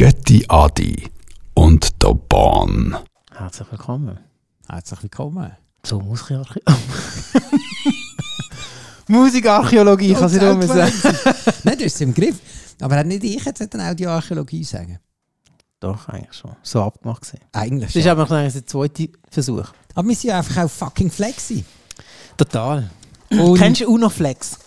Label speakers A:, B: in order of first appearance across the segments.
A: Die Adi und der Bahn.
B: Herzlich willkommen
C: Herzlich willkommen.
B: zur Musikarchäologie. Musikarchäologie, ich kann es nicht
C: Nein,
B: immer sagen.
C: du hast es im Griff. Aber hat nicht ich jetzt hätte auch die Archäologie sagen.
B: Doch, eigentlich schon. So abgemacht gewesen.
C: Eigentlich
B: Das ist
C: schon.
B: aber eigentlich der zweite Versuch.
C: Aber wir sind ja einfach auch fucking flexi.
B: Total.
C: Und
B: Kennst du Unoflex?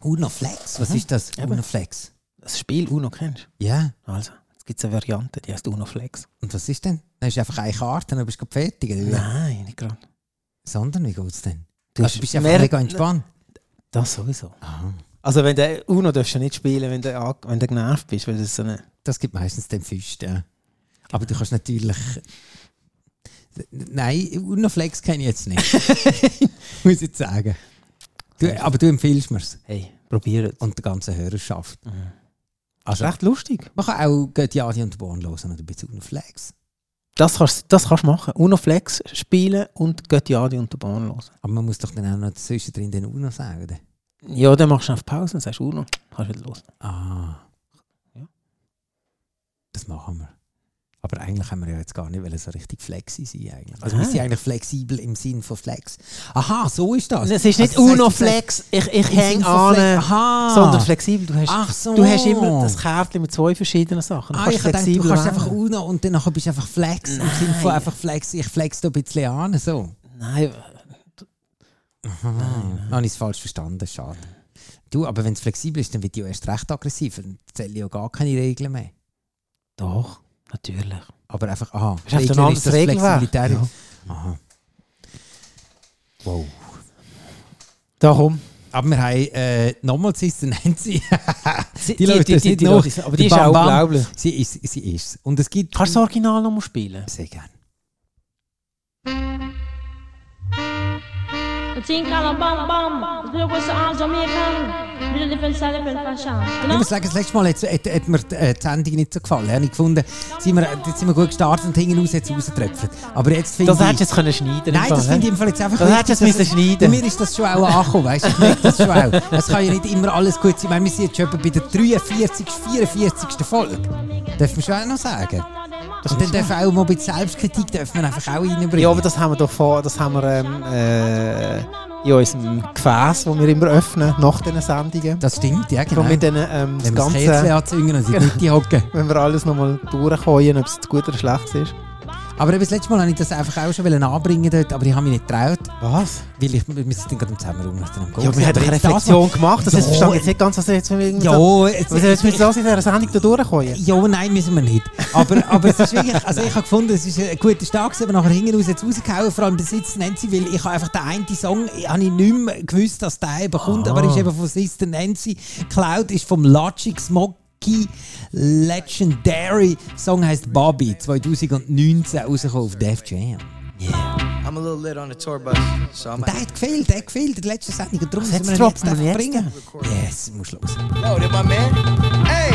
C: Uno Flex? Was ist das? Uno Flex.
B: Das Spiel Uno kennst
C: Ja.
B: du? Also, jetzt gibt es eine Variante, die heißt Unoflex.
C: Und was ist denn? Dann ist einfach eine Karte, dann bist du gerade fertig. Oder? wie?
B: Nein, nicht gerade.
C: Sondern wie geht's denn?
B: Du
C: Du
B: hast
C: also, bist einfach
B: mehr-
C: mega entspannt.
B: Das sowieso. Also, wenn der Uno darfst du nicht spielen, wenn du, an- wenn du genervt bist, weil das so eine...
C: Das gibt meistens den Fist, ja. Aber du kannst natürlich. Nein, Uno Flex kenne ich jetzt nicht. Muss ich jetzt sagen. Du, aber du empfiehlst mir es.
B: Hey, probier es.
C: Und der ganzen Hörerschaft.
B: Also, recht lustig.
C: Man kann auch Götti Adi und Born hören oder ein bisschen Uno Flex.
B: Das kannst, das kannst du machen. Unoflex spielen und Götti Adi und der Bahn hören.
C: Aber man muss doch dann auch noch zwischendrin den Uno sagen. oder?
B: Ja, dann machst du auf Pause und sagst Uno, kannst wieder los.
C: Ah.
B: Ja.
C: Das machen wir. Aber eigentlich haben wir ja jetzt gar nicht wollen so richtig flexi sein. Eigentlich. Also wir
B: Nein.
C: sind eigentlich flexibel im Sinn von Flex. Aha, so ist das.
B: Es ist nicht
C: Also das heisst,
B: Unoflex, ich, ich
C: im Sinn
B: hänge
C: von Flex-
B: an,
C: Aha.
B: sondern flexibel. Du hast,
C: Ach so.
B: du hast immer das Kärtchen mit zwei verschiedenen Sachen. Du
C: Ah, ich
B: kannst
C: dachte, du
B: flexibel
C: kannst einfach
B: wählen.
C: Uno und dann nachher bist du einfach Flex. Im Sinn von
B: Nein.
C: einfach Flex, ich flex da ein bisschen an. So.
B: Nein,
C: Nein, habe ich es falsch verstanden, schade. Du, aber wenn es flexibel ist, dann wird die ja erst recht aggressiv. Dann zähle ich ja gar keine Regeln mehr.
B: doch, natürlich.
C: Aber einfach, aha,
B: Ist einfach ein anderes
C: das
B: Regelwerk.
C: Flexibilität.
B: Ja.
C: Aha. Wow.
B: Darum.
C: Aber wir haben äh, nochmals ist Nancy.
B: Die,
C: Leute, das nicht nach.
B: Leute, aber die,
C: Die
B: ist auch
C: Bam Bam.
B: unglaublich.
C: sie ist sie ist. Und es gibt
B: Kannst du das Original nochmal spielen?
C: sehr gerne.
D: Tinkala bam bam, Zirkus Amerikan, Lilifen Salifin Fashan.
C: Ich muss sagen, das letzte Mal hat, hat, hat mir die, äh, die Sendung nicht so gefallen. Habe ich gefunden, sind wir, jetzt sind wir gut gestartet und hinten raus jetzt rausgetröpfelt. Aber jetzt finde
B: Das
C: ich...
B: hättest du jetzt können schneiden können.
C: Nein, das finde ich im Fall jetzt einfach
B: Das hättest du
C: wichtig,
B: müssen
C: dass es-
B: schneiden.
C: Bei mir ist das schon auch angekommen, weißt du? Ich merke das schon auch. Es kann ja nicht immer alles gut sein. Ich meine, wir sind jetzt schon etwa bei der 43., 44. Folge. Darf man schon auch noch sagen. Und dann dürfen auch mal ein bisschen Selbstkritik dürfen wir einfach auch reinbringen.
B: Ja, aber das haben wir doch vor, das haben wir ähm, äh, in unserem Gefäß, das wir immer öffnen, nach diesen Sendungen.
C: das stimmt, ja, genau.
B: Wo wir dann ähm, das
C: Wenn wir das
B: Ganze,
C: Kätzchen anzünden und in
B: Genau.
C: die Mitte hocken.
B: wenn wir alles nochmal durchheuen, ob es jetzt gut oder schlecht ist.
C: Aber eben das letzte Mal wollte ich das einfach auch schon wollen anbringen dort, aber ich habe mich nicht getraut,
B: Was?
C: weil ich, wir sind dann gerade im Zusammenraum nach dem
B: Ja, wir haben doch eine Reflexion gemacht, das
C: Ja.
B: ist verstanden jetzt nicht ganz, was er jetzt mit irgendwie so-
C: Ja, jetzt,
B: Was er jetzt mit so in dieser Sendung da durchkommen?
C: Ja, nein, müssen wir nicht. Aber, aber es ist wirklich, also ich habe gefunden, es ist ein guter Tag, gewesen, aber nachher hinten raus jetzt rausgehauen, vor allem der Sitz Nancy, weil ich habe einfach den einen Song, habe ich nicht mehr gewusst, dass der eben kommt, aber ist eben von Sister Nancy. Cloud ist vom Logic Smokey Legendary. Song heißt Bobby, 2019 rausgekommen auf Def Jam.
E: I'm a little lit on the tour bus, so I'm.
C: Und der hat gefehlt, der hat gefehlt in der letzten Sendung. Und darum
B: Was
C: müssen wir
B: jetzt
C: ihn jetzt
B: droppen wir
C: einfach
B: ihn
C: bringen. Yes, muss los.
E: Yo, did my man? Hey,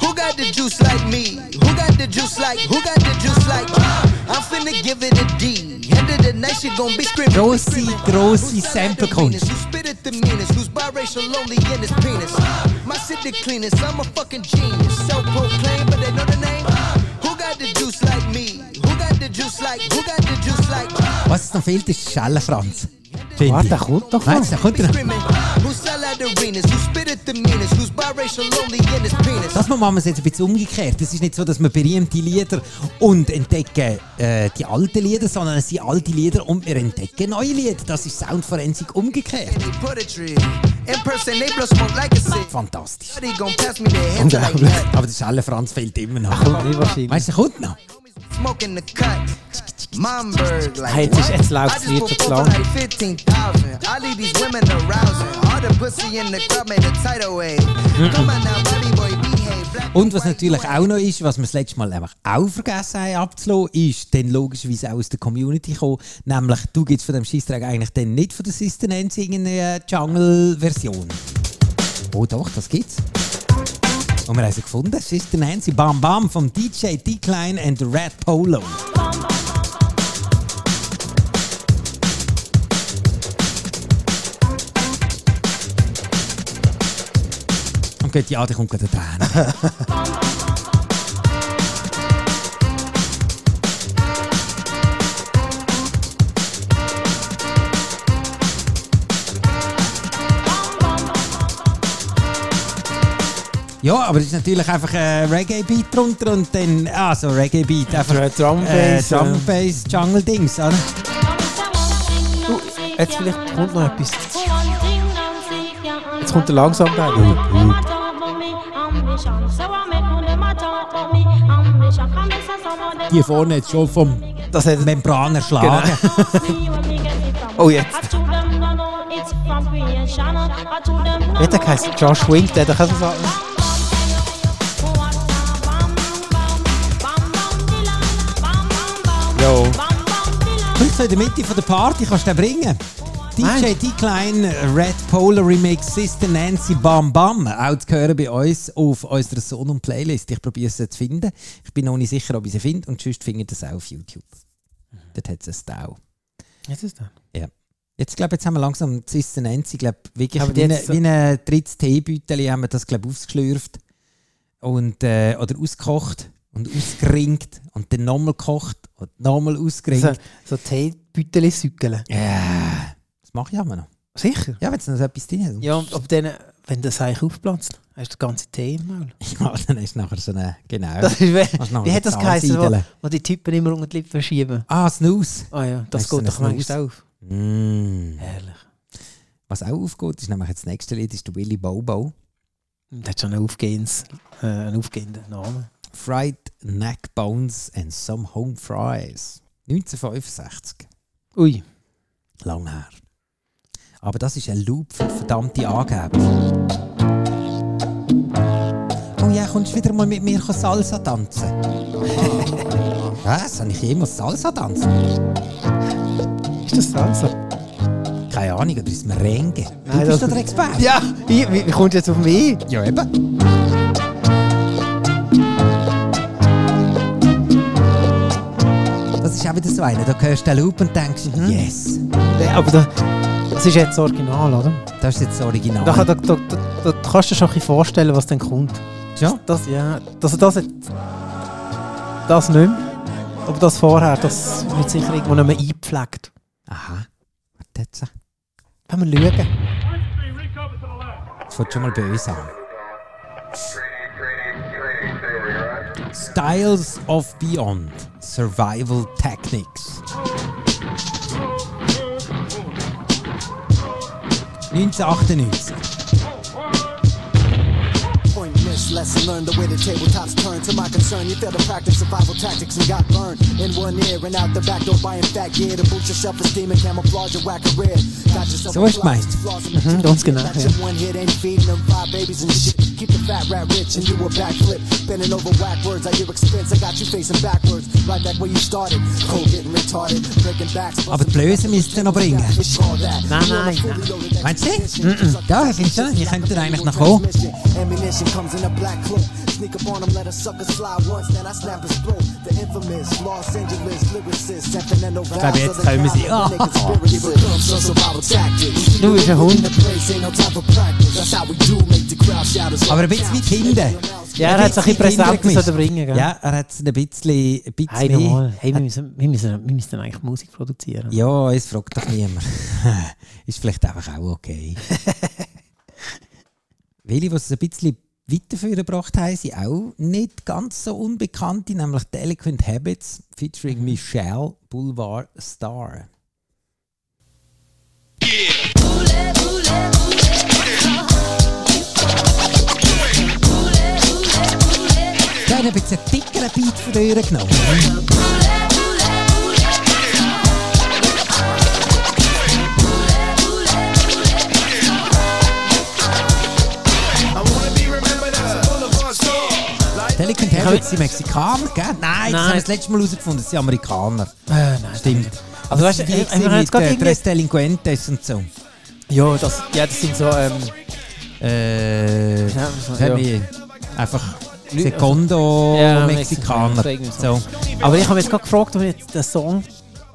E: who got the juice like me? Who got the juice like? Who got the juice like? me? I'm finna give it a D. End of the night, she gon' be screaming.
C: Grosse,
E: screaming.
C: grosse
E: Who's got the
C: Sample-Kunst.
E: meanest? Who spit at the meanest? Who's biracial only in his penis? My city cleanest. I'm a fucking genius. Self-proclaimed, but they know the name. Who got the juice like me? Who got the juice like? Who got the juice like?
C: Was es noch fehlt, ist die Schelle, Franz.
B: Warte, der kommt doch
C: Nein,
B: noch.
C: jetzt, der kommt
E: Be
C: noch.
E: screaming. Who sell out arenas? Who spit at the meanest? Who's biracial only in his penis?
C: Das machen wir es jetzt ein bisschen umgekehrt. Es ist nicht so, dass wir berühmte Lieder und entdecken äh, die alten Lieder, sondern es sind alte Lieder und wir entdecken neue Lieder. Das ist Soundforensik umgekehrt.
E: They poetry. In person, they blow smoke like a cig.
C: Fantastisch.
E: They gon' pass me their hands like
C: Unglaublich.
E: that.
C: Aber der Schelle, Franz, fehlt immer noch.
B: Kommt nicht wahrscheinlich.
C: Weißt du, der kommt noch.
E: Smoke in the cut. Momberg like
B: Hey, jetzt ist-
E: what?
B: jetzt läuft's
E: I just
B: Lied
E: put
B: schon
E: four
B: zu
E: for
B: lang.
E: like 15,000. I leave these women arousing. All the pussy in the club made a tidal wave. Come on now, baby boy, behave. Black
C: Und was
E: and white, you
C: natürlich
E: ain't
C: auch noch ist, was wir das letzte Mal einfach auch vergessen haben abzulassen, ist dann logischerweise auch aus der Community gekommen. Nämlich, du gibst von dem Scheissdreck eigentlich dann nicht von der Sister Nancy irgendeine Jungle-Version. Oh doch, das gibt's. Und wir haben sie gefunden, Sister Nancy Bam Bam vom DJ Decline and the Red Polo. Und geht die Adi kommt gerade da Ja, aber es ist natürlich einfach ein Reggae-Beat drunter und dann, also Reggae-Beat, einfach
B: Drum
C: äh,
B: Bass, ja.
C: Drum-Bass, Jungle-Dings, oder?
B: jetzt vielleicht kommt noch etwas. Jetzt kommt der langsam Teil.
C: Die vorne jetzt schon vom
B: Das hat Genau.
C: Membran erschlagen.
B: Oh, jetzt. Wie hat der geheißen? Josh Wink, der hat doch auch so Sachen. Jo.
C: Vielleicht so in der Mitte von der Party kannst du den bringen. DJ
B: Nein.
C: Decline, Red Polar Remix, Sister Nancy, Bam Bam. Auch zu hören bei uns auf unserer Son- und Playlist. Ich probiere sie zu finden. Ich bin noch nicht sicher, ob ich sie finde. Und sonst findet ihr das auch auf YouTube. Dort hat es einen Stau.
B: Jetzt ist das.
C: Jetzt, glaube jetzt haben wir langsam die Sister Nancy, glaube wirklich
B: Aber
C: wie,
B: die
C: eine,
B: hat so-
C: wie ein drittes Teebeutel haben wir das, glaube aufgeschlürft. Und, äh, oder ausgekocht und ausgeringt. Und dann nochmal gekocht und nochmal ausgeringt.
B: So, so Teebüteli sückeln.
C: Ja, das mache ich aber noch.
B: Sicher?
C: Ja, wenn es noch so etwas drin hat.
B: Ja, und ob denen, wenn das eigentlich aufplatzt, hast du den ganzen Tee im Maul.
C: Ja, dann ist nachher so eine. Genau.
B: Das ist, wie,
C: Kannst nachher
B: wie hat
C: die
B: das geheißen, wo,
C: Zahnseidele.
B: wo die Typen immer unter die Lippen schieben?
C: Ah, Snooze.
B: Ah ja, das
C: Hast du
B: geht
C: so
B: doch
C: einen
B: manchmal auf.
C: Mm.
B: Herrlich.
C: Was auch aufgeht, ist nämlich jetzt das nächste Lied, ist der Willy Bobo.
B: Und hat schon einen aufgehenden, äh, einen aufgehenden Namen.
C: Fried Neck Bones and Some Home Fries. 1965.
B: Ui.
C: Lang her. Aber das ist ein Loop für verdammte Angeber. Oh ja, kommst du wieder mal mit mir Salsa tanzen? Was? Habe ich jemals Salsa tanzen?
B: Ist das Salsa?
C: Keine Ahnung, oder ist es Merengue? Du
B: Nein,
C: bist
B: das-
C: doch der Experte.
B: Ja, wie, wie, wie kommst du jetzt auf mich?
C: ja, eben. Das ist auch wieder so einer. Da hörst du den Loop und denkst,
B: Mhm.
C: yes,
B: Nee, aber da, das ist jetzt das Original, oder?
C: das ist jetzt das Original.
B: Da, kann- da, da, da, da kannst du dir schon ein bisschen vorstellen, was dann kommt.
C: ja.
B: Das, ja, also das, hat- das nicht mehr. Aber das vorher, das wird sicher irgendwo nicht mehr eingepflegt.
C: Aha. Warte jetzt. äh, Jetzt
B: Wenn wir schauen.
C: fängt schon mal bei uns an. Styles of Beyond. Survival Techniques. 1998.
F: Pointless lesson learned the way the tabletops turn. To my concern, you failed to practice survival tactics and got burned. In one ear and out the back door by in fact gear to boost your self-esteem and camouflage your whack career. Got yourself
C: So ist meins.
F: Mhm,
B: ganz genau, ja.
F: One hit ain't feeding them five babies and shit. Keep the fat rat rich and do a backflip. Bending over whack words at your expense. I got you facing backwards, right back where you started. Cold getting retarded, breaking backs.
C: Aber die Blöße müsst ihr noch bringen.
F: It's all that.
B: Nein, nein,
C: Meinst du? Mhm. Ja, findest du? Die könnten eigentlich noch kommen.
F: Ammunition comes in a black cloak. Sneak up on him, let a sucker slide once, then I snap his throat. The infamous Los Angeles lyricist, San Fernando Valley.
C: glaube, jetzt kommen sie. Ah.
B: Du bist ein Hund.
C: Aber ein bisschen wie Kinder.
B: Ja, er hat es ein bisschen
C: Kinder
B: präsenter
C: gemischt.
B: sollen bringen, gell?
C: Ja, er hat es ein bisschen, ein bisschen
B: Hey,
C: mehr.
B: nochmal. Hey, wir, müssen, wir, müssen, wir müssen eigentlich Musik produzieren.
C: Ja, es fragt doch niemand. ist vielleicht einfach auch okay. Welche, die es ein bisschen weiterführen gebracht haben, sind auch nicht ganz so unbekannte, nämlich Delinquent Habits featuring Michelle Boulevard Star. Da habe ich ein bisschen dickeren Beat von dir genommen. Delicate Habits sind Mexikaner, gell? Nein, das
B: Nein.
C: haben wir das letzte Mal herausgefunden, das sind Amerikaner.
B: Äh, nein.
C: Stimmt.
B: Aber weißt du,
C: wie
B: ich- ich- ich-
C: mit
B: jetzt gerade
C: äh,
B: irgendwie-
C: Tres Delinquentes und so.
B: Ja, das, ja, das sind so. Ähm,
C: Äh,
B: Ja, so,
C: das
B: ja.
C: haben wir einfach Secondo
B: Ja,
C: Mexikaner.
B: Mexikaner, irgendwie so.
C: So.
B: aber ich habe mich jetzt gerade gefragt, ob jetzt der Song,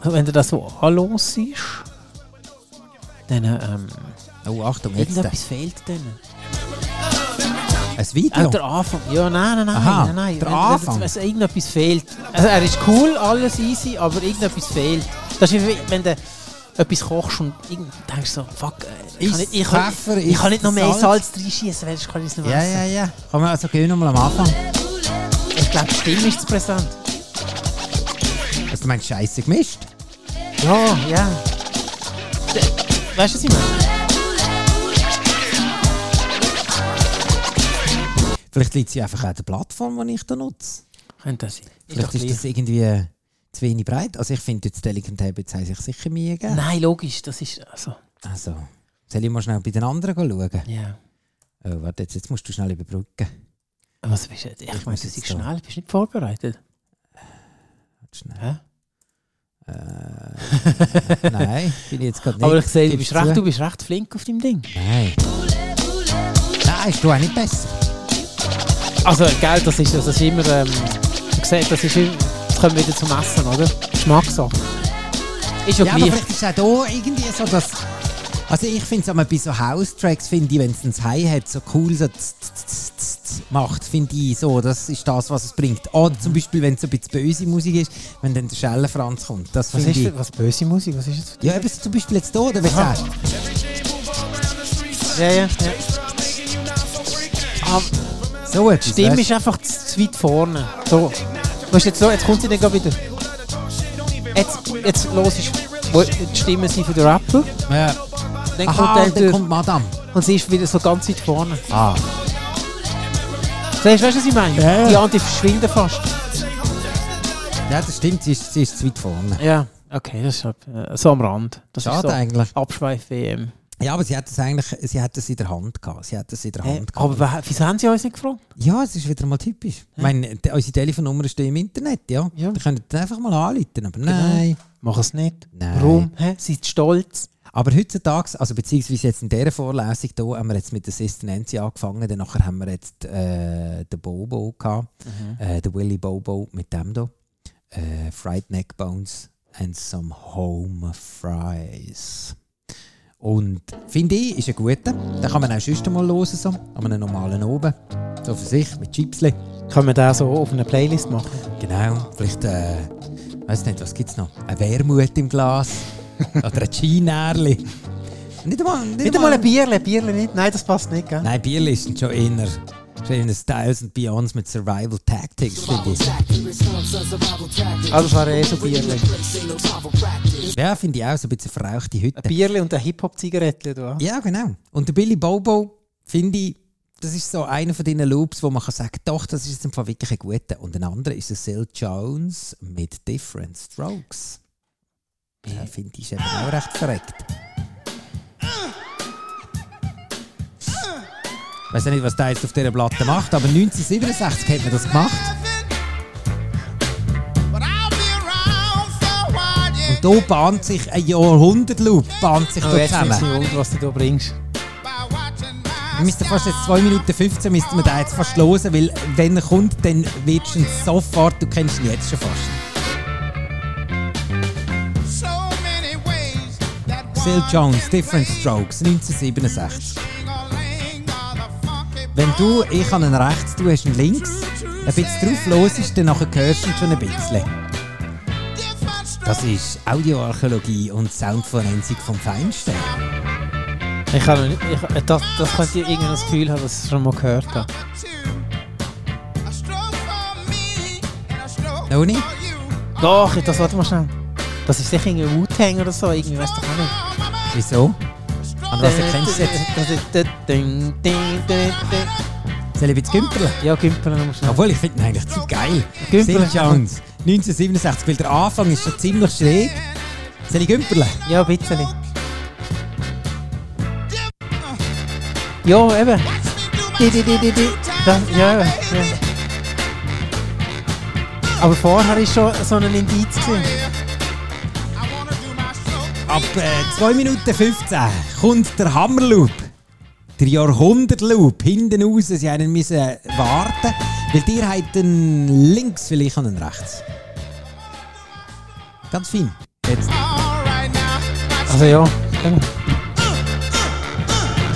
B: wenn du das so anhörst, dann ähm,
C: Oh, Achtung, jetzt.
B: irgendetwas fehlt denen.
C: Ein
B: Auch
C: Video.
B: der Anfang. Ja, nein, nein, nein.
C: Aha,
B: nein, nein.
C: der
B: Wenn- wenn-
C: Anfang.
B: Also, irgendetwas fehlt. Also, er ist cool, alles easy, aber irgendetwas fehlt. Das ist wie wenn der, etwas kochst und irgendwie denkst so, fuck, äh, ich,
C: Ist
B: kann nicht, ich, kann,
C: Pfeffer,
B: ich kann
C: ist
B: nicht noch mehr
C: Salz?
B: Salz reinschießen, weil ich kann ich es nicht mehr
C: Ja, ja, ja. Komm, also gehen wir mal am Anfang.
B: essen. Ich glaube, die Stimme ist zu präsent.
C: Was du meinst, scheiße gemischt?
B: Ja, ja. D- Weißt du, was ich meine?
C: Vielleicht liegt es ja einfach an der Plattform, die ich da nutze.
B: Könnte das sein.
C: Vielleicht ist das irgendwie äh, zu wenig breit. Also ich finde, jetzt Delicant Habits haben sich sicher Mühe gegeben.
B: Nein, logisch, das ist, also,
C: Also, soll ich mal schnell bei den anderen schauen?
B: ja.
C: Oh, warte, jetzt, jetzt musst du schnell überbrücken.
B: Was bist du? äh, Ich, ich meine,
C: muss
B: du
C: jetzt
B: bist
C: da.
B: schnell, bist nicht vorbereitet.
C: Warte Schnell.
B: Hä?
C: Äh, nein, bin ich jetzt gerade nicht.
B: Aber ich sehe, du
C: Gib's
B: bist, recht,
C: zu.
B: du bist recht flink auf deinem Ding.
C: Nein. Nein, ist du auch nicht besser.
B: Also, gell, das ist, das ist immer, ähm, du siehst, das ist immer, jetzt kommen wir wieder zum Essen, oder? Geschmackssache. Ist ja,
C: Ja, aber
B: gleich.
C: vielleicht ist auch da irgendwie so, dass... Also ich finde es einmal bei so House-Tracks, finde ich, wenn es ein Hi-Hat so cool so tz, tz, tz, tz, tz macht, finde ich so, das ist das, was es bringt. Oder zum Beispiel, wenn es so ein bisschen böse Musik ist, wenn dann der Schellenfranz kommt. Das
B: Was
C: finde
B: ist
C: ich...
B: das? Was böse Musik? Was ist das?
C: Ja, eben so zum Beispiel jetzt da, oder wenn du sagst,
B: Ja, ja. Aber
C: so etwas,
B: die Stimme
C: weisst
B: ist einfach zu, zu weit vorne. So. Weißt du, jetzt so, jetzt kommt sie dann gleich wieder. Jetzt, jetzt los ist, wo die Stimmen sind für den Rapper.
C: du? Ja.
B: Dann
C: Aha,
B: kommt
C: und
B: der
C: dann
B: durch.
C: kommt Madame.
B: Und sie ist wieder so ganz weit vorne.
C: Ah.
B: Siehst du, weißt du, was ich meine?
C: Ja.
B: Die anderen verschwinden fast.
C: Ja, das stimmt, sie ist, sie ist zu weit vorne.
B: Ja, okay, das ist ab- äh, so am Rand. Das
C: Schade
B: ist so.
C: eigentlich.
B: Abschweif-WM.
C: Ja, aber sie hat das eigentlich, sie hat das in der Hand gehabt. Sie hat das in der
B: Äh,
C: Hand gehabt.
B: aber wer- wieso haben sie uns nicht gefragt?
C: Ja, es ist wieder mal typisch. Ich meine, die- unsere Telefonnummern stehen im Internet, ja.
B: Ja.
C: Da könnt ihr einfach mal anrufen, aber nein.
B: Mach es nicht.
C: Nein.
B: Warum? Hä? Seid stolz.
C: Aber heutzutage, also beziehungsweise jetzt in dieser Vorlesung hier, haben wir jetzt mit der Sister Nancy angefangen, dann nachher haben wir jetzt äh, den Bobo gehabt,
B: Mhm.
C: äh, den Willy Bobo mit dem hier. Äh, Fried Neck Bones and some Home Fries. Und finde ich, ist ein guter. Den kann man auch sonst mal hören, so, an einem normalen Oben. So für sich, mit Chipsli.
B: Können wir das so auf eine Playlist machen?
C: Genau, vielleicht, äh, weiß nicht, was gibt es noch? Ein Wermut im Glas oder ein Ginärli. Nicht einmal, nicht
B: Nicht einmal ein Bierle, Bierle nicht. Nein, das passt nicht, gell?
C: Nein, Bierli sind schon inner. Schon inner Styles und Beyonds mit Survival Tactics, finde ich.
B: Also, das war eh so Bierle.
C: Ja, finde ich auch, so ein bisschen verrauchte
B: Ein
C: Hütte.
B: Bierle und eine Hip-Hop-Zigarette, du.
C: Ja, genau. Und der Billy Bobo, finde ich, das ist so einer von diesen Loops, wo man kann sagen doch, das ist jetzt im Fall wirklich ein guter. Und ein anderer ist der Sil Jones mit Different Strokes. Ja, finde ich, ist eben auch recht verreckt. Ich weiß nicht, was der jetzt auf dieser Platte macht, aber 1967 hat man das gemacht. Und da bahnt sich ein Jahrhundertloop bahnt sich
B: Oh,
C: da
B: jetzt nimmst du
C: zusammen.
B: mich unter, was du da bringst.
C: Wir müssten fast jetzt 2 Minuten 15 müssten wir den jetzt fast hören, weil wenn er kommt, dann wirst du ihn sofort, du kennst ihn jetzt schon fast. Sil Jones, Different Strokes, 1967. Wenn du, ich habe einen rechts, du hast einen links, ein bisschen drauf losest, dann nachher hörst du ihn schon ein bisschen. Das ist Audioarchäologie und Soundforensik vom Feinsten.
B: Ich kann nicht, ich, äh, das, das könnte ich irgendein Gefühl haben, dass ich es schon mal gehört habe.
C: Noch nicht?
B: Doch, das warte mal schnell. Das ist sicher irgendein Wu-Tang oder so, irgendwie, weißt du auch nicht.
C: Wieso? An was erkennst du jetzt?
B: Das ist das Ding, Ding, Ding, Ding.
C: Soll ich ein bisschen gümpeln?
B: Ja, Gümpel nochmal schnell.
C: Obwohl, ich finde ihn eigentlich zu geil.
B: Gümpeln.
C: St. Jones, 1967, weil der Anfang ist schon ziemlich schräg. Soll ich gümpeln?
B: Ja, ein bisschen. Ja, eben. Di, di, di, di, di. Das, ja, ja. Aber vorher war schon so ein Indiz. Gewesen.
C: Ab äh, 2 Minuten 15 kommt der Hammerloop. Der Jahrhundertloop hinten raus. Sie haben müssen warten, weil dir hat einen links, weil ich habe einen rechts. Ganz fein. Jetzt
B: Also ja.
C: können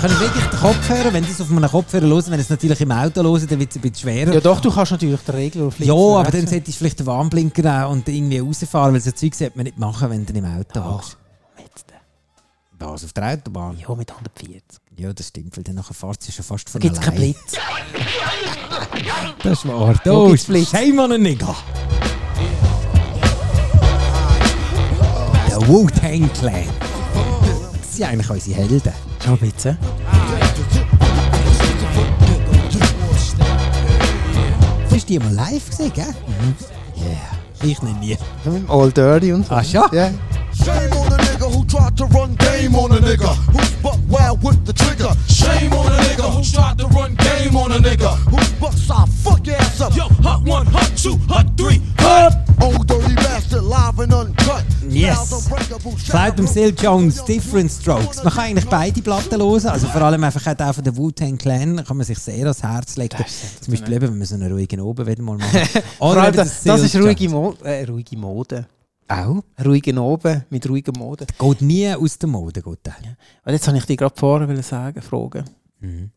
C: wir wirklich den Kopfhörer, wenn Sie es auf einem Kopfhörer hören, wenn ihr es natürlich im Auto hören, dann wird es ein bisschen schwerer.
B: Ja doch, du kannst natürlich den Regler auf
C: Ja, aber dann solltest du vielleicht den Warnblinker auch und irgendwie rausfahren, weil so Zeug sollte man nicht machen, wenn du im Auto hockst.
B: Jetzt.
C: Was, auf der Autobahn?
B: Ja, mit 140.
C: Ja, das stimmt, weil dann nachher fahrt sie schon fast
B: Da
C: von
B: gibt es keinen
C: allein.
B: Blitz.
C: Das ist wahr.
B: Wo
C: Da
B: gibt's
C: ist
B: Blitz?
C: Shame on a nigga. Der Wu-Tang Clan. Das sind eigentlich unsere Helden.
B: Schau bitte.
C: Hast du die mal live gesehen, gell? Mhm. Yeah. Ich nicht nie.
B: All Dirty und so.
C: Ach ja?
B: Ja.
E: Shame on a nigga who tried to run game on a nigga who's buck wild with the trigger. Shame on a nigga who tried to run game on a nigga who's bucks I fuck your ass up. Yo, hut one, hut two, hut three, hut. Old dirty bastard, live and uncut.
C: Yes.
E: Styles unbreakable,
C: Clyde Seal um Jones, Different Strokes. Man kann eigentlich beide Platten hören. Also vor allem einfach auch den von der Wu-Tang Clan kann man sich sehr ans Herz legen. Zum Beispiel eben, wenn man so einen ruhigen Oben wieder mal machen.
B: Vor
C: Oder
B: allem,
C: eben
B: das,
C: Seal
B: das ist ruhige,
C: Jones.
B: Mo äh, ruhige Mode.
C: Auch.
B: Ruhigen Oben mit ruhiger Mode.
C: Geht nie aus der Mode, gut. Ja.
B: Und jetzt habe ich dich gerade vorher wollen sagen, fragen.
C: Mhm.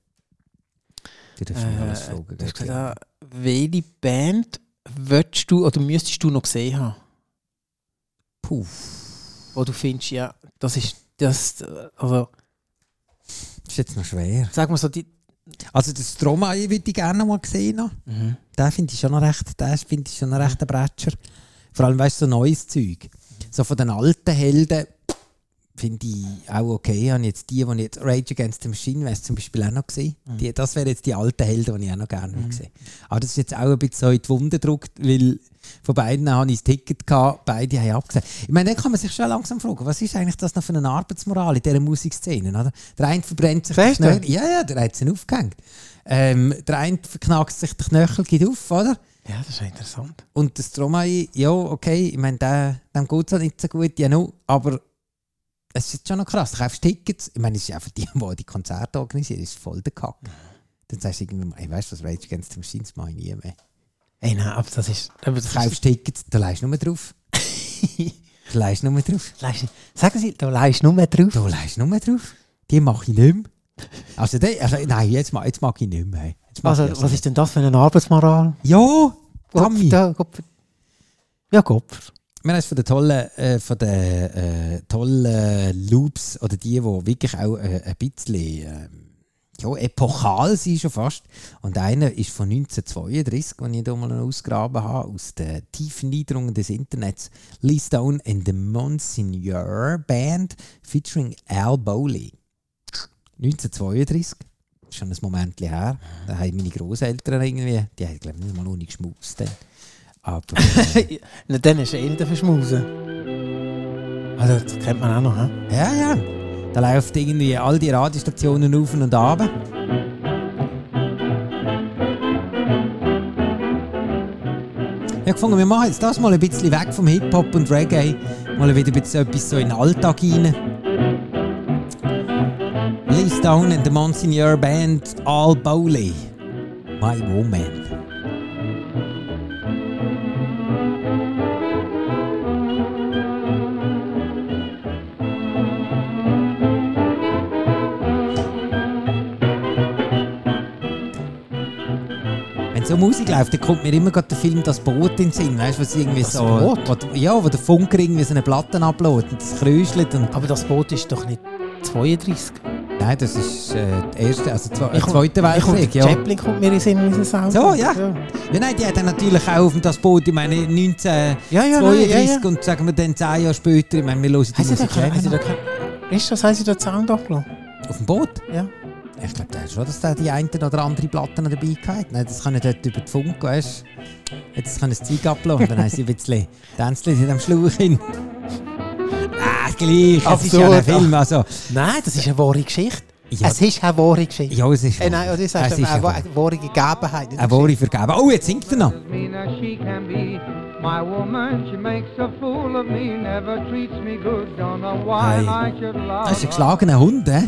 C: Du darfst mich alles
B: Äh,
C: fragen.
B: du hast
C: Götti.
B: gesagt, ah, welche Band würdest du oder müsstest du noch gesehen haben?
C: Puh.
B: Wo du findest, ja, das ist das, äh, also
C: Das ist jetzt noch schwer.
B: sag mal so, die,
C: Also den Stromae würde ich gerne noch mal sehen. noch. Den finde ich schon noch recht, den finde ich schon noch recht ein Bretscher. Vor allem, weißt du, so neues Zeug. So von den alten Helden finde ich auch okay. Habe jetzt die, die ich jetzt Rage Against the Machine wäre zum Beispiel auch noch gesehen. Die, das wären jetzt die alten Helden, die ich auch noch gerne mhm. gesehen Aber das ist jetzt auch ein bisschen so in die Wunde gedrückt, weil von beiden habe ich das Ticket gehabt, beide haben abgesagt. Ich meine, dann kann man sich schon langsam fragen, was ist eigentlich das noch für eine Arbeitsmoral in dieser Musikszene? Oder? Der eine verbrennt sich
B: Siehst du?
C: Knöchel. Ja, ja, der hat sie aufgehängt. Ähm, der eine verknackt sich den Knöchel, geht auf, oder?
B: ja, das ist ja interessant.
C: Und das Stromae, ja, okay, ich meine, der, dem geht es nicht so gut, ja, no, aber es ist jetzt schon noch krass. Du kaufst Tickets, ich meine, es ist ja für die, die die Konzerte organisieren, ist voll der Kack.
B: Mhm.
C: Dann sagst du irgendwann, ey, weißt du was, Rage Against the Machine, das mache ich nie mehr.
B: Ey, nein, aber das ist, aber das
C: Du
B: ist,
C: kaufst Tickets, da leist du nur drauf. du leist nur drauf.
B: leist, sagen Sie, da leist nur mehr drauf.
C: Da leist nur drauf. Die mache ich nicht mehr. Also, die, also nein, jetzt, ma- jetzt mag ich nicht mehr. ey. Jetzt mag
B: Also,
C: ich also
B: was
C: nicht
B: ist denn das für eine Arbeitsmoral?
C: mehr. Ja, Tommy.
B: da, Gopfer. Ja, Gopfer.
C: Wir haben von den tollen, äh, von den, äh, tollen Loops oder die, die wirklich auch äh, ein bisschen äh, ja, epochal sind schon fast. Und einer ist von 1932, den ich hier mal noch ausgraben habe, aus den tiefen Niederungen des Internets. Lee Stone and the Monsignor Band featuring Al Bowley. 1932. Schon ein Moment her. Da haben meine Großeltern irgendwie, die haben glaube ich nicht mal ohne geschmust. dann. Aber äh,
B: Na, dann ist er eh nicht dafür schmusen. Also, das kennt man auch noch, hä?
C: Ja, ja. Da läuft irgendwie all die Radiostationen auf und ab. Ich habe gefunden, wir machen jetzt das mal ein bisschen weg vom Hip-Hop und Reggae. Mal wieder ein bisschen etwas so in den Alltag rein. Lee Stone and the Monsignor Band, Al Bowley. My Woman. Wenn so Musik läuft, dann kommt mir immer gerade der Film «Das Boot» in den Sinn. Weißt du, was irgendwie
B: Das
C: so...
B: Boot?
C: Wo, ja, wo der Funker irgendwie so eine Platte ablässt und das kräuschelt und...
B: Aber das Boot ist doch nicht 32.
C: Nein, das ist äh, der erste, also zwe äh,
B: komm-
C: zweite
B: ich komm-
C: Weltkrieg, ja.
B: Chaplin kommt mir in den Sinn, wie sie es
C: So, ja. ja. Nein, die hat dann natürlich auch auf dem das Boot, ich meine, 1932
B: Ja, ja, nein, ja, ja.
C: und sagen wir dann 10 Jahre später, ich meine, wir hören die
B: Heißt sie da
C: Musik
B: kein,
C: auch
B: sie da
C: noch.
B: kein, ist das, heißt sie da Sound abgelassen?
C: Auf dem Boot?
B: Ja.
C: Ich glaube, da ist schon, dass der die einen oder andere Platten noch dabei gehabt Nein, das können dort über die Funk, weißt du. Jetzt können sie das Zeug ablassen, dann haben sie ein bisschen Tänzchen in dem Schlauch hin. Ah, gleich, es ist ja
B: Absurd.
C: ein Film, also...
B: Nein, das ist eine wahre Geschichte.
C: Ja.
B: Es ist eine wahre Geschichte.
C: Ja, es ist
B: Äh, nein, oder du sagst,
C: Es ist
B: eine,
C: eine
B: wa- eine wahre Gegebenheit. nicht
C: Eine wahre Vergabe. Oh, jetzt singt er noch.
G: me that she can be my woman. She makes a fool of me, never treats me good. Don't know why
C: Hey.
G: I should love
C: Das ist ein
G: her.
C: geschlagener Hund, hä?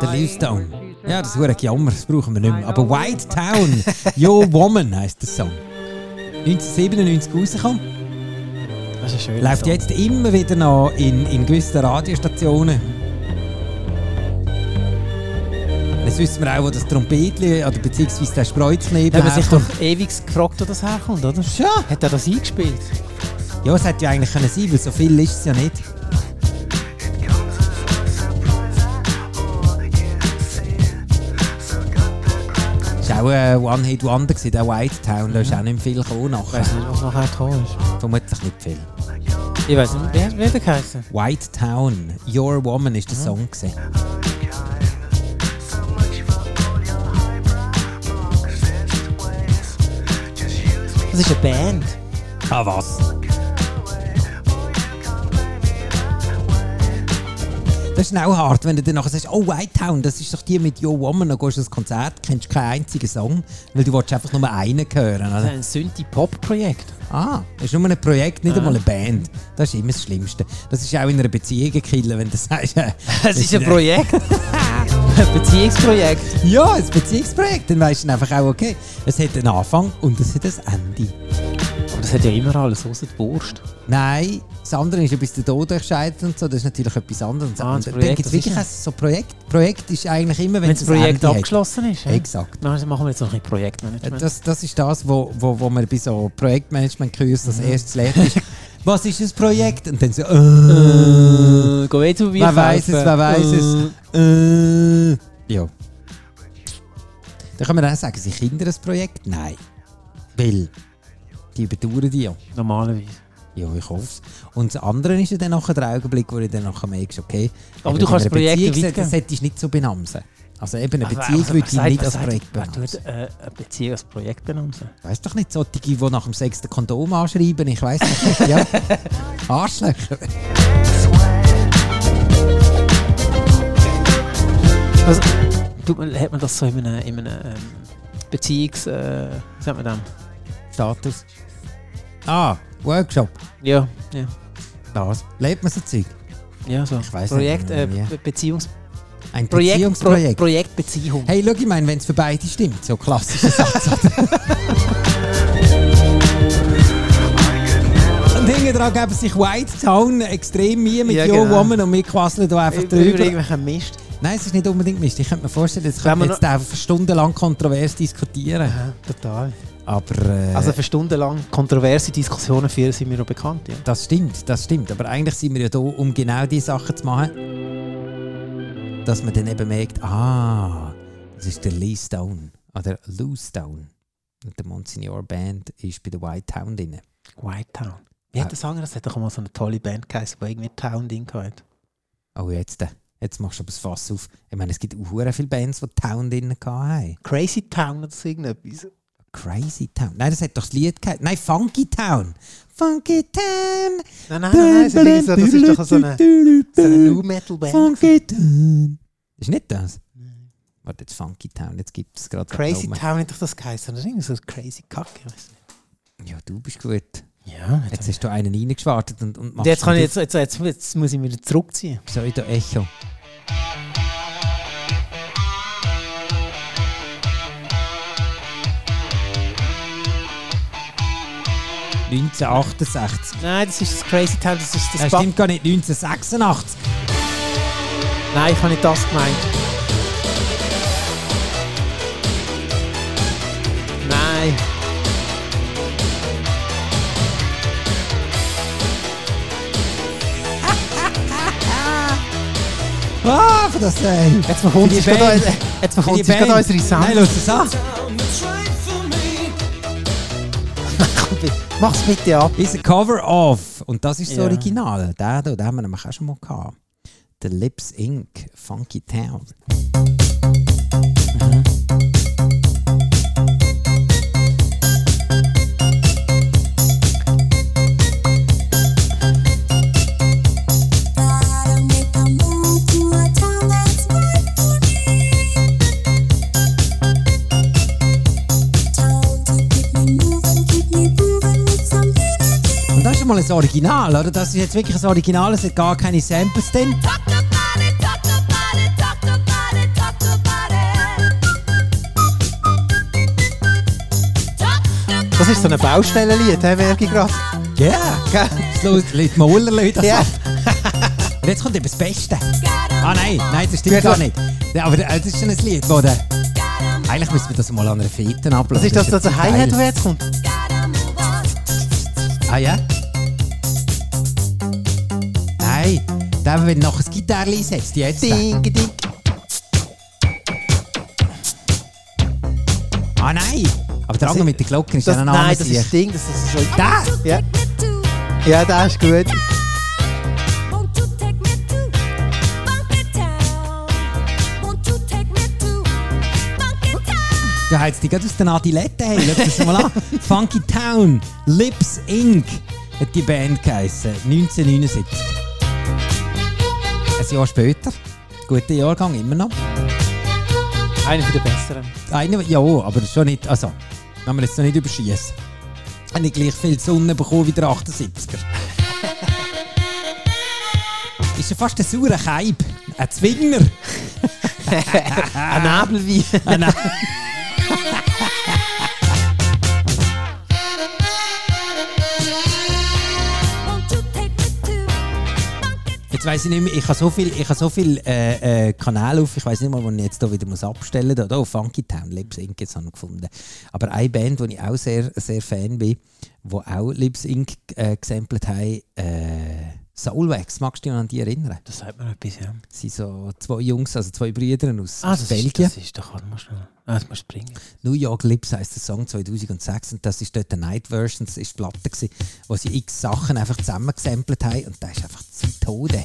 C: Der
G: Lying
C: Livestone.
G: when she
C: Ja,
G: says
C: das
G: I
C: ist ein Jammer, das brauchen wir nicht mehr. Aber White Town, Your Woman heisst der Song. 1997 rausgekommen.
B: Das ist ein schöner
C: Läuft
B: Song.
C: jetzt immer wieder noch in, in gewissen Radiostationen. Jetzt wissen wir auch, wo das Trompetli oder beziehungsweise der Spreuzknebel
B: Da haben wir sich
C: herkommt.
B: doch ewig gefragt, wo das herkommt, oder?
C: Ja,
B: Hat er das eingespielt?
C: ja, es hätte ja eigentlich können sein, weil so viel ist es ja nicht. auch äh, ein One-Hit-Wonder gewesen, der White Town. Da ist auch nicht viel gekommen nachher.
B: weiß nicht, was nachher gekommen ist.
C: Mhm. Vermutlich nicht viel.
B: Ich weiß nicht, wer, wer hat der geheißen?
C: White Town, Your Woman ist der Song gewesen.
B: Das ist eine Band.
C: Ah, was? Das ist dann auch hart, wenn du dann nachher sagst, oh, White Town, das ist doch die mit Yo Woman, dann gehst du ins Konzert, kennst keinen einzigen Song, weil du willst einfach nur einen hören.
B: Das ist
C: Oder?
B: ein Synthie-Pop-Projekt.
C: Ah, das ist nur ein Projekt, nicht einmal eine Band. Das ist immer das Schlimmste. Das ist auch in einer Beziehung ein Killer, wenn du sagst... äh,
B: Es ist ein Projekt. ein Beziehungsprojekt.
C: Ja, ein Beziehungsprojekt, dann weisst du dann einfach auch, okay, es hat einen Anfang und es hat ein Ende.
B: Aber das hat ja immer alles, außer die Wurst.
C: Nein, das andere ist ja bis der Tod entscheidet und so, das ist natürlich etwas anderes.
B: Ah,
C: und
B: das
C: dann
B: Projekt,
C: gibt es
B: was
C: wirklich
B: ist
C: ein so Projekt. Projekt ist eigentlich immer, wenn
B: Wenn
C: es
B: das
C: ein
B: Projekt
C: Ende hat.
B: abgeschlossen ist. ja?
C: Exakt.
B: Dann machen wir jetzt noch ein bisschen
C: Äh,
B: Projektmanagement.
C: Das, das ist das, wo, wo, wo man bei so Projektmanagement-Kursen
B: Mhm.
C: das erste lernt. ist, Was ist ein Projekt? Und dann so, äh,
B: Äh, Geh jetzt zu mir
C: wer weiß es,
B: kaufen.
C: wer weiß es. Äh, ja. Da kann man auch sagen, sind Kinder ein Projekt? Nein. Weil die überdauern die ja.
B: Äh, Normalerweise.
C: Ja, ich hoffe es. Und das andere ist ja dann nachher der Augenblick, wo du dann nachher merkst, okay...
B: Aber
C: wenn
B: du
C: in
B: kannst
C: einer
B: Projekte
C: Beziehung
B: weitergeben.
C: sind, dann solltest du nicht so benamsen. Also eben, eine
B: Aber-
C: Beziehung
B: aber
C: würde
B: wer
C: ich
B: sagt-
C: nicht
B: wer
C: als
B: sagt,
C: Projekt
B: Wer tut
C: benamsen.
B: äh, eine Beziehung als Projekt benamsen?
C: Weißt doch nicht, solche, die nach dem sechsten Kondom anschreiben, ich weiss das nicht, ja. Arschlöcher.
B: Also, tut man, hat man das so in einem, in einem ähm, Beziehungs... Äh, wie sagt man das?
C: Status. Ah, Workshop.
B: Ja, ja.
C: Das. Lebt man so Zeug?
B: Ja, so.
C: Ich weiss
B: Projekt, äh,
C: nicht, ja.
B: Be- Beziehungs...
C: Ein
B: Projekt, Pro
C: Beziehungsprojekt.
B: Projekt Beziehung.
C: Hey, schau, ich meine, wenn es für beide stimmt, so klassischer Satz. Und hinten dran geben sich White Town extrem Mühe mit
B: Ja,
C: Yo
B: genau.
C: Woman und wir quasseln da einfach
B: Über über
C: drüber.
B: irgendwelchen Mist.
C: Nein, es ist nicht unbedingt Mist. Ich könnte mir vorstellen, jetzt
B: Wenn
C: können wir
B: wir
C: jetzt einfach stundenlang kontrovers diskutieren.
B: Ja, total.
C: Aber äh,
B: Also für stundenlang kontroverse Diskussionen führen sind mir noch bekannt, ja.
C: das stimmt, das stimmt. Aber eigentlich sind wir ja da, um genau diese Sachen zu machen, dass man dann eben merkt, ah, das ist der Lee Stone oder Lou Stone. Und der Monsignor Band ist bei der White Town drin.
B: White Town. Äh. Wie
C: Ah.
B: hat der Sänger, das hat doch mal so eine tolle Band geheißen, die irgendwie Town Ding hatte.
C: Oh, jetzt, äh, jetzt machst du aber das Fass auf. Ich meine, es gibt auch verdammt viele Bands, die Town drin haben.
B: Crazy Town oder so irgendetwas.
C: Crazy Town. Nein, das hat doch das Lied gehabt. Nein, Funky Town. Funky Town.
B: Nein, nein, Ah, nein, es ist irgendwie so, das ist doch so eine, so eine New Metal Band.
C: Funky Town. Ist nicht das? Warte, jetzt Funky Town. Jetzt gibt es gerade.
B: Crazy
C: Town.
B: Town hat doch das geheißen, oder? Irgendwie so ein crazy Kacke, ich weiß
C: Ja, du bist gut.
B: nicht. Ja,
C: Jetzt hast du einen reingeschwartet und, und
B: Und
C: machst
B: jetzt, kann ich
C: ihn
B: jetzt, jetzt, jetzt, jetzt muss ich mich wieder zurückziehen.
C: auf. Pseudo-Echo. «1968».
B: Nein, das ist das Crazy Town, das ist das
C: Das
B: Band.
C: Äh, stimmt gar nicht, 1986.
B: Nein, ich habe nicht das gemeint. Nein.
C: Ah, für das Teil.
B: Jetzt verkommt sich gerade unser- jetzt verkommt sich gerade unsere Sound.
C: Nein, lass es an.
B: Mach's bitte ab.
C: Ist ein Cover of. Und das ist das
B: Ja.
C: Original. Der hier, den haben wir nämlich auch schon mal gehabt. The Lips Inc. Funky Town. Und das ist schon mal ein Original, oder? Das ist jetzt wirklich ein Original, es hat gar keine Samples drin.
B: Das ist so ein Baustellenlied, hä, merke ich gerade.
C: Ja, yeah. Leute Moller, Leute das
B: Ja.
C: ab. Und jetzt kommt eben das Beste. Ah nein, nein, das stimmt
B: Gut,
C: gar
B: aber-
C: nicht. Ja, aber äh, das ist schon ein Lied, wo der... Eigentlich müssen wir das mal an einer Fete ablösen.
B: Das ist das, das
C: ja
B: Hi-Hat,
C: geil.
B: der jetzt kommt.
C: Ah ja? Nein, der, wenn nachher das Gitarre einsetzt, jetzt.
B: Ding, ding.
C: Ah nein! Aber der
B: Das
C: andere
B: ist-
C: mit der Glocke ist
B: Das,
C: ja ein
B: nein,
C: anderer
B: das ist
C: Sieg.
B: Ding, das ist so.
C: Da!
B: Ja, ja, das ist gut.
C: Da heizt die gerade aus den Adiletten. Hey, schau das mal an. Funky Town, Lips Inc. hat die Band geheissen. 1979. Ein Jahr später. Guter Jahrgang, immer noch.
B: Einer der besseren.
C: Einer, ja, aber schon nicht. Also, wenn wir jetzt noch nicht überschießen. Habe ich gleich viel Sonne bekommen wie der 78er. Ist ja fast ein saurer Keib. Ein Zwinger.
B: Ein Nebelwein.
C: Ah, nein. Jetzt weiss ich nicht mehr, ich habe so viele so viel, äh, äh, Kanäle auf, ich weiß nicht mal, wo ich jetzt hier wieder muss abstellen muss. Da, da auf Funky Town, Lips Inc. jetzt habe ich gefunden. Aber eine Band, wo ich auch sehr, sehr Fan bin, die auch Lips Inc. Äh, gesampelt haben, äh, Soulwax, magst du dich noch an die erinnern?
B: Das sagt mir etwas, ja.
C: Das sind so zwei Jungs, also zwei Brüder aus,
B: Ah,
C: aus
B: das
C: Belgien.
B: Ist, das ist doch, muss schnell. Ah, das musst du bringen.
C: New York Lips heisst der Song 2006 und das ist dort eine Night Version, das ist die Platte, gewesen, wo sie x Sachen einfach zusammengesampelt haben und das ist einfach zu Tode.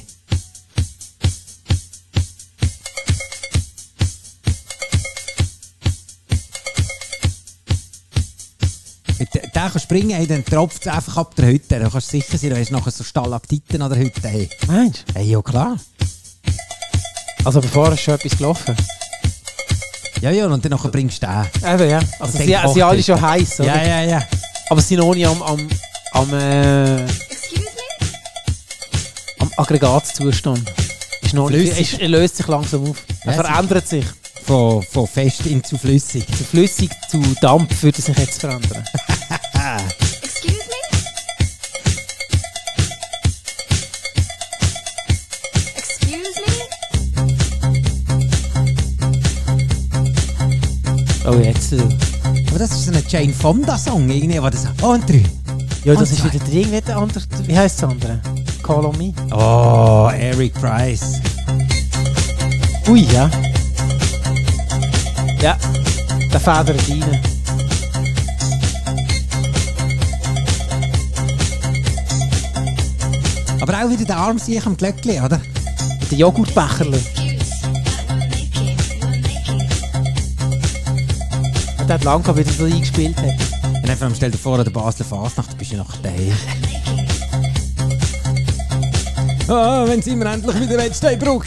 C: Mit de- Den kannst du springen, hey, dann tropft es einfach ab der Hütte. Da kannst du sicher sein, da hast du nachher so Stalaktiten an der Hütte. Hey,
B: Meinst du?
C: hey ja klar.
B: Also bevor ist schon etwas gelaufen.
C: Ja, ja, und dann nachher bringst du den.
B: Eben, ja. Also
C: Also
B: sie,
C: denk
B: sie
C: auch
B: alle schon
C: dort.
B: heiß, oder?
C: Ja, ja, ja.
B: Aber sie sind noch nicht am, am, am, äh, am Aggregatzustand. Ist noch nicht,
C: Flüssig.
B: ist, er löst sich langsam auf. Er
C: Ja,
B: verändert sich.
C: Von, von fest in zu flüssig.
B: Von flüssig zu Dampf würde sich jetzt verändern. Oh, jetzt. äh,
C: Aber das ist so ein Jane Fonda-Song, irgendwie, wo das Oh, und drei.
B: Ja, das
C: Und
B: ist
C: zwei.
B: wieder drin, wie der andere. Wie heisst das andere? Call on me.
C: Oh, Eric Price.
B: Ui, ja. Ja, der Feder rein.
C: Aber auch wieder der Arm sich am Glöckli, oder?
B: Mit den Joghurtbecherle. Und der hat lange gehabt, wie er so eingespielt hat.
C: Und einfach stell dir vor, an der Basler Fasnacht bist du noch daheim. Ah, wenn sie mir endlich wieder in Steinbruck.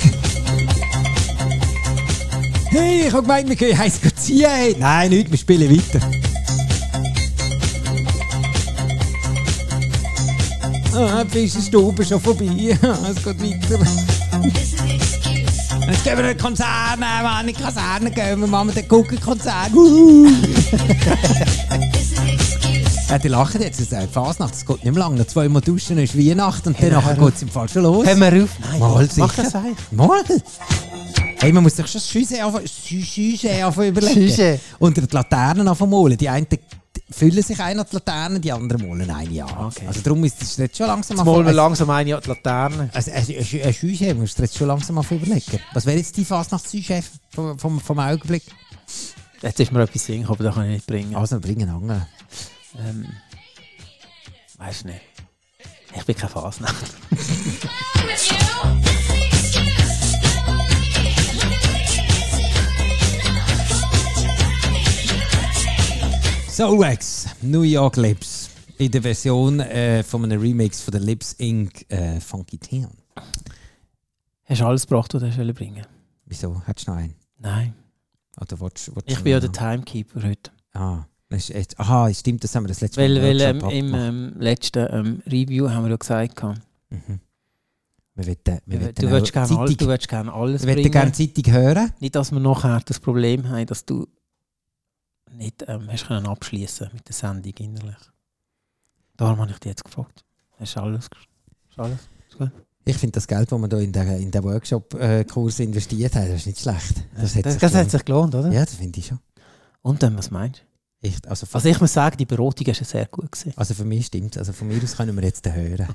C: Hey, ich hab gemeint, wir können heiß ziehen. Hey. Nein, nicht, wir spielen weiter. Ah, die Fischerstube ist schon vorbei. Ah, es geht weiter. Jetzt gehen wir in den Konzern, äh, Mann, in die Kaserne gehen wir, machen wir den Gucken-Konzern. Uhu. Ja, die lachen jetzt, es ist eine Fasnacht, es geht nicht mehr lange. Noch zweimal duschen, dann ist Weihnachten und dann nachher geht es im Fall schon los.
B: Hör mal auf. Nein,
C: Mal
B: Gott, mach das
C: sicher.
B: eigentlich.
C: Mal. Hey, man muss sich schon Schüsse anfangen Schü- Schüsse anfangen überlegen.
B: Schüsse.
C: Unter die Laternen anfangen malen. Die einen füllen sich ein an die Laternen, die anderen malen ein Jahr.
B: Okay.
C: Also darum ist es jetzt schon langsam
B: Jetzt mal wir
C: anfangen.
B: langsam eine an die Laterne.
C: Also, also, ein Schü- ein Schüsse musst du dir jetzt schon langsam anfangen überlegen. Was wäre jetzt die Fasnachtssüsse vom, vom, vom Augenblick?
B: Jetzt ist mir etwas singen, aber das kann ich nicht bringen.
C: Also, wir bringen einen anderen.
B: Ähm, weißt du nicht. Ich bin keine Fasnacht.
C: Soulwax, New York Lips. In der Version äh, von einem Remix von der Lips Inc. Äh, Funky Town.
B: Hast du alles gebracht, was du hast wollen bringen
C: Wieso? Hättest du noch einen?
B: Nein.
C: Oder willst, willst
B: Ich
C: du
B: bin ja der
C: noch-
B: Timekeeper heute.
C: Ah, das ist echt, aha, stimmt, das haben wir das letzte
B: Weil,
C: im
B: weil ähm,
C: Workshop
B: im
C: abgemacht.
B: ähm, letzten ähm, Review haben wir ja gesagt, gehabt,
C: Mhm. Wir wollen, wir wollen
B: du, willst gerne alles, du
C: Zeitung,
B: willst gerne alles
C: wir wollen
B: bringen.
C: gerne Zeitung hören.
B: Nicht, dass wir nachher das Problem haben, dass du nicht ähm, hast können abschliessen mit der Sendung innerlich. Darum habe ich dich jetzt gefragt. Hast du alles? gesch- Hast du alles?
C: Ich finde das Geld, das wir hier in den, in den Workshop-Kurs investiert haben, das ist nicht schlecht. Das, hat sich gelohnt.
B: sich gelohnt, oder?
C: Ja, das finde ich schon.
B: Und dann, was meinst du?
C: Ich, also, für,
B: Also ich muss sagen, die Beratung war sehr gut. Gewesen.
C: also für mich stimmt Also von mir aus können wir jetzt den hören.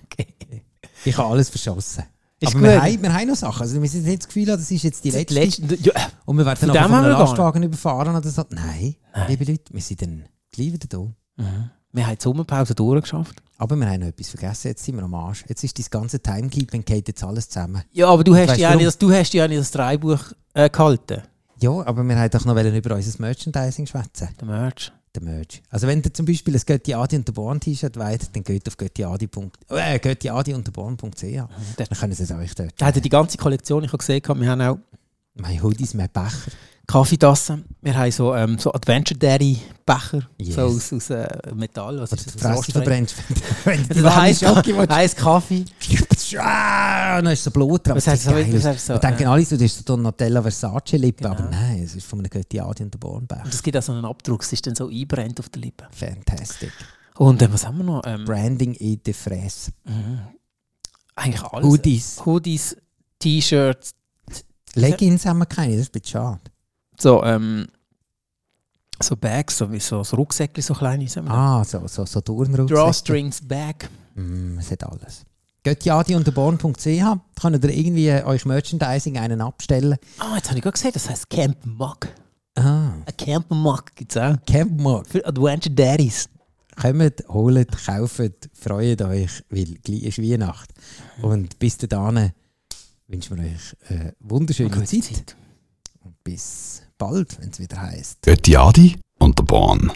C: Ich habe alles verschossen.
B: Ist
C: Aber
B: gut.
C: wir haben, wir haben noch Sachen. Also, wir sind nicht das Gefühl, haben, das ist jetzt die letzte.
B: Letzte, ja, äh,
C: Und wir werden
B: Von
C: noch
B: dem
C: von einem
B: haben wir gar
C: Lastwagen überfahren oder so. Nein, liebe Leute, wir sind dann gleich wieder da.
B: wir haben die Sommerpause durchgeschafft.
C: Aber wir haben noch etwas vergessen, jetzt sind wir am Arsch. Jetzt ist das ganze Timekeeping, geht jetzt alles zusammen.
B: Ja, aber du hast
C: Weißt
B: ja auch
C: warum?
B: nicht das, du hast ja auch nicht das Dreibuch äh, gehalten.
C: Ja, aber wir haben doch noch wollen über unser Merchandising schwätzen.
B: Der Merch.
C: Der Merch. Also wenn ihr zum Beispiel ein Götti Adi und der Born T-Shirt wollt, dann geht auf göttiadi. Äh, göttiadi und der Born.ch. Dann können sie es euch dort.
B: Da hat er die ganze Kollektion, ich habe gesehen, gehabt. wir haben auch
C: Mein Hoodies, mein Becher.
B: Kaffeetassen, wir haben so, ähm, so Adventure Dairy Becher,
C: Yes.
B: so aus, aus äh, Metall. Was ist
C: Die
B: das?
C: Fresse
B: Rostfrei.
C: verbrennst, wenn du
B: Also
C: die
B: der
C: warme
B: heiße
C: Schocke
B: Ka heiss Kaffee.
C: willst. Ah, Dann ist so Blut dran.
B: Was heißt
C: sieht
B: so-
C: geil
B: was
C: aus.
B: heißt so,
C: Wir denken
B: äh,
C: alle so, das ist so Donatella Versace-Lippe, aber
B: Genau.
C: nein, es ist von einem Göttiadi und der Bornbecher.
B: Und es gibt auch so einen Abdruck, es ist dann so einbrennt auf der Lippe.
C: Fantastic.
B: Und äh, was haben wir noch? Ähm,
C: Branding in der Fresse.
B: eigentlich alles.
C: Hoodies.
B: Hoodies, T-Shirts,
C: Leggings haben wir keine, das ist ein bisschen schade.
B: so, ähm, so Bags, so, wie so, so Rucksäckchen, so kleine. So
C: Ah, so, so, so Turnrucksäcke.
B: Drawstrings Bag.
C: Mm, es hat alles. Geht ja die unter born.ch, könnt ihr irgendwie äh, euch Merchandising einen abstellen.
B: Ah, jetzt habe ich gerade gesehen, das heisst Camp Mug.
C: Ah,
B: Ein Camp Mug gibt es auch.
C: Campmark.
B: Für Adventure Daddies.
C: Kommt, holt, kauft, freut euch, weil gleich ist Weihnacht. Und bis dahin wünschen wir euch eine wunderschöne Zeit. Bis bald, wenn es wieder heisst.
A: Göttiadi und der Bahn.